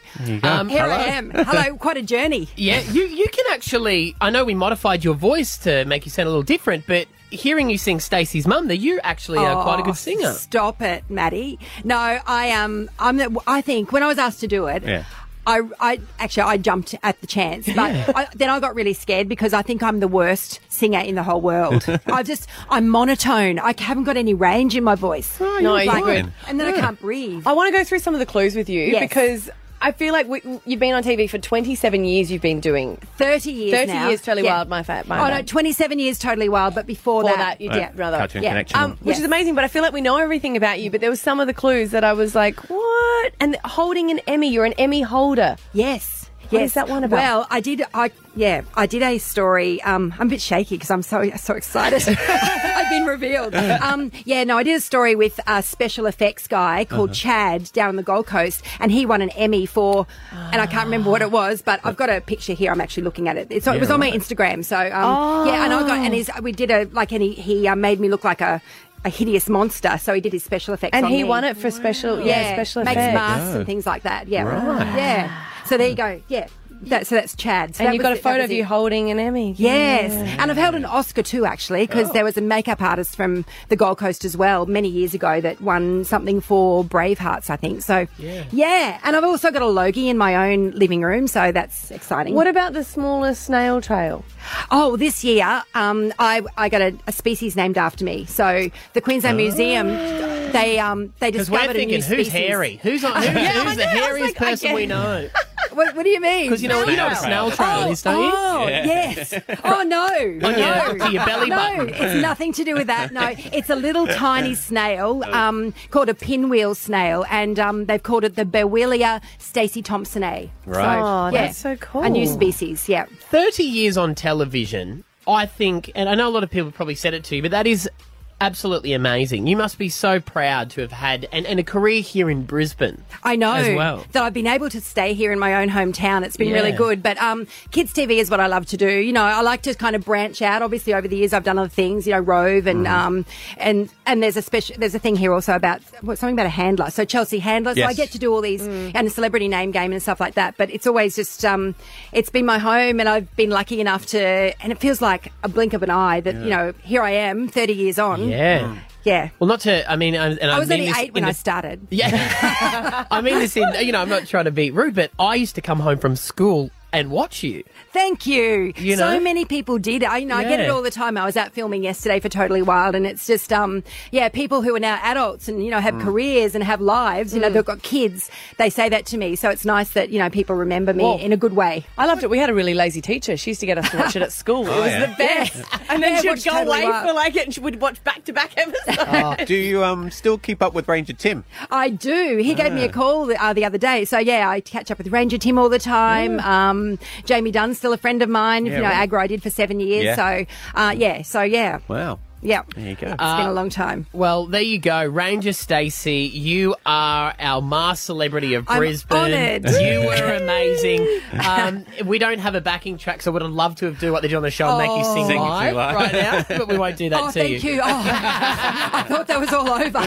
C: Um,
M: Here I am. Hello, quite a journey.
C: Yeah, you you can actually. I know we modified your voice to make you sound a little different, but hearing you sing Stacey's mum, that you actually are quite a
M: Oh,
C: good singer.
M: Stop it, Maddie. No, I um, I'm the, I think when I was asked to do it.
A: Yeah.
M: I, I actually I jumped at the chance, but I, then I got really scared because I think I'm the worst singer in the whole world. I just I'm monotone. I haven't got any range in my voice.
D: No, you're fine.
M: and then I can't breathe.
D: I want to go through some of the clues with you
M: Yes.
D: because I feel like we, you've been on TV for 27 years. You've been doing
M: Thirty years.
D: 30
M: now.
D: years totally
M: Yeah.
D: wild. My fat. My
M: Oh no,
D: bad.
M: twenty-seven years totally wild. But before,
D: Before that, you did
A: Right.
D: rather.
A: Cartoon
M: Yeah.
A: Connection.
D: Um, which
M: Yes.
D: is amazing, but I feel like we know everything about you. But there was some of the clues that I was like, "What?" And the- holding an Emmy, you're an Emmy holder.
M: Yes.
D: What
M: yes.
D: is that one about?
M: Well, I did. I yeah, I did a story. Um, I'm a bit shaky because I'm so so excited. I've been revealed. Um, yeah, no, I did a story with a special effects guy called
D: Uh-huh.
M: Chad down on the Gold Coast, and he won an Emmy for, and I can't remember what it was, but I've got a picture here. I'm actually looking at it. It's, it was on my Instagram. So um, yeah, and I got and he's, we did a like any he uh, made me look like a. a hideous monster. So he did his special effects,
D: And
M: on
D: he
M: me.
D: won it for special- yeah, special
M: makes
D: effects.
M: masks
D: Go.
M: and things like that. Yeah,
D: Right.
M: yeah. So there you go. Yeah, that, so that's Chad. So
D: and
M: that
D: you
M: was
D: got a
M: it, that
D: photo
M: was
D: of
M: it.
D: you holding an Emmy.
M: Yes,
D: Yeah.
M: and I've held an Oscar too, actually, because
D: Oh.
M: there was a makeup artist from the Gold Coast as well many years ago that won something for Bravehearts, I think. So, yeah, and I've also got a Logie in my own living room, so that's exciting.
D: What about the smallest snail trail?
M: Oh, this year um, I, I got a, a species named after me. So the Queensland Museum, they um, they
C: Oh. Because we're
M: discovered a
C: thinking, who's
M: new species.
C: hairy? Who's, on, who's,
M: Yeah, I
C: who's the
M: know, I was
C: hairiest
M: like, I
C: person we
M: get-
C: know?
M: what, what do you mean?
C: Because you know, you know what a
M: Snail
C: snail trail
M: trail.
C: is, don't you?
M: Oh, oh, yes. Oh no!
C: On
M: no.
C: your- to your belly
M: no,
C: button.
M: it's nothing to do with that. No, it's a little tiny snail um, called a pinwheel snail, and um, they've called it the Bewillia Stacy Thompsonae.
C: Right. Oh,
M: yeah,
C: that's so cool.
M: A new species. Yeah.
C: 30 years on television, I think, and I know a lot of people probably said it to you, but that is absolutely amazing. You must be so proud to have had and, and a career here in Brisbane.
M: I know
C: As well.
M: that I've been able to stay here in my own hometown. It's been really
C: Yeah.
M: good. But um, kids TV is what I love to do. You know, I like to kind of branch out. Obviously, over the years, I've done other things. You know, Rove
C: Mm-hmm.
M: and um, and and there's a special there's a thing here also about what, something about a handler. So Chelsea handler. So I
L: Yes.
M: get to do all these
C: Mm.
M: and a celebrity name game and stuff like that. But it's always just um, it's been my home, and I've been lucky enough to. And it feels like a blink of an eye that you
C: Yeah.
M: know here I am, 30 years on.
C: Yeah.
M: Yeah.
C: Well, not to, I mean, I, and I,
M: Mm. I was
C: mean
M: only
C: this
M: eight when
C: in
M: I
C: a-
M: started.
C: I mean this in, you know, I'm not trying to be rude, but I used to come home from school and watch you.
M: Thank you.
C: You know?
M: So many people did. I, you know, I get it
C: Yeah.
M: all the time. I was out filming yesterday for Totally Wild, and it's just, um, yeah, people who are now adults and you know have
C: Mm.
M: careers and have lives. You know, they've got kids. They say that to me, so it's nice that you know people remember me
D: Well-
M: in a good way.
D: I loved it. We had a really lazy teacher. She used to get us to watch it at school. It
M: Oh,
D: was
M: yeah.
D: the best. And then
M: Yeah,
D: she would
M: watch
D: go
M: Totally
D: away
M: Wild.
D: for like it and she would watch back to back episodes.
I: Do you um still keep up with Ranger Tim?
M: I do. He gave me a
I: Ah.
M: call the, uh, the other day. So yeah, I catch up with Ranger Tim all the time. Um, Jamie Dunn's still a friend of mine.
I: Yeah,
M: you know,
I: right.
M: Agro I did for seven years.
C: Yeah.
M: So uh, yeah, so yeah,
I: Wow.
M: yeah.
I: There you go.
M: It's been a long time.
C: Well, there you go, Ranger Stacey. You are our Mars celebrity of
M: I'm
C: Brisbane.
M: honoured.
C: You were amazing. Um, we don't have a backing track, so I would have loved to have do what they do on the show and make you sing,
M: Oh. Sing if you
C: live
M: like.
C: right now, but we won't do that
M: oh,
C: to
M: thank you. Oh, I thought that was all over.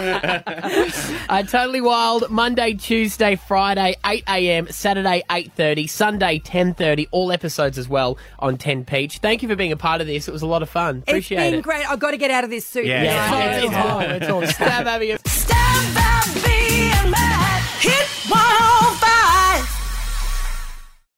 C: uh, totally wild. Monday, Tuesday, Friday, 8 a.m. Saturday, 8:30. Sunday, 10:30. All episodes as well on 10 Peach. Thank you for being a part of this. It was a lot of fun. Appreciate
M: it's been
C: it.
M: great. I've got to get out of this suit.
C: Yeah.
M: now.
C: Yeah. It's- it's
M: Oh,
C: warm. It's all- Stab Abby.
M: oh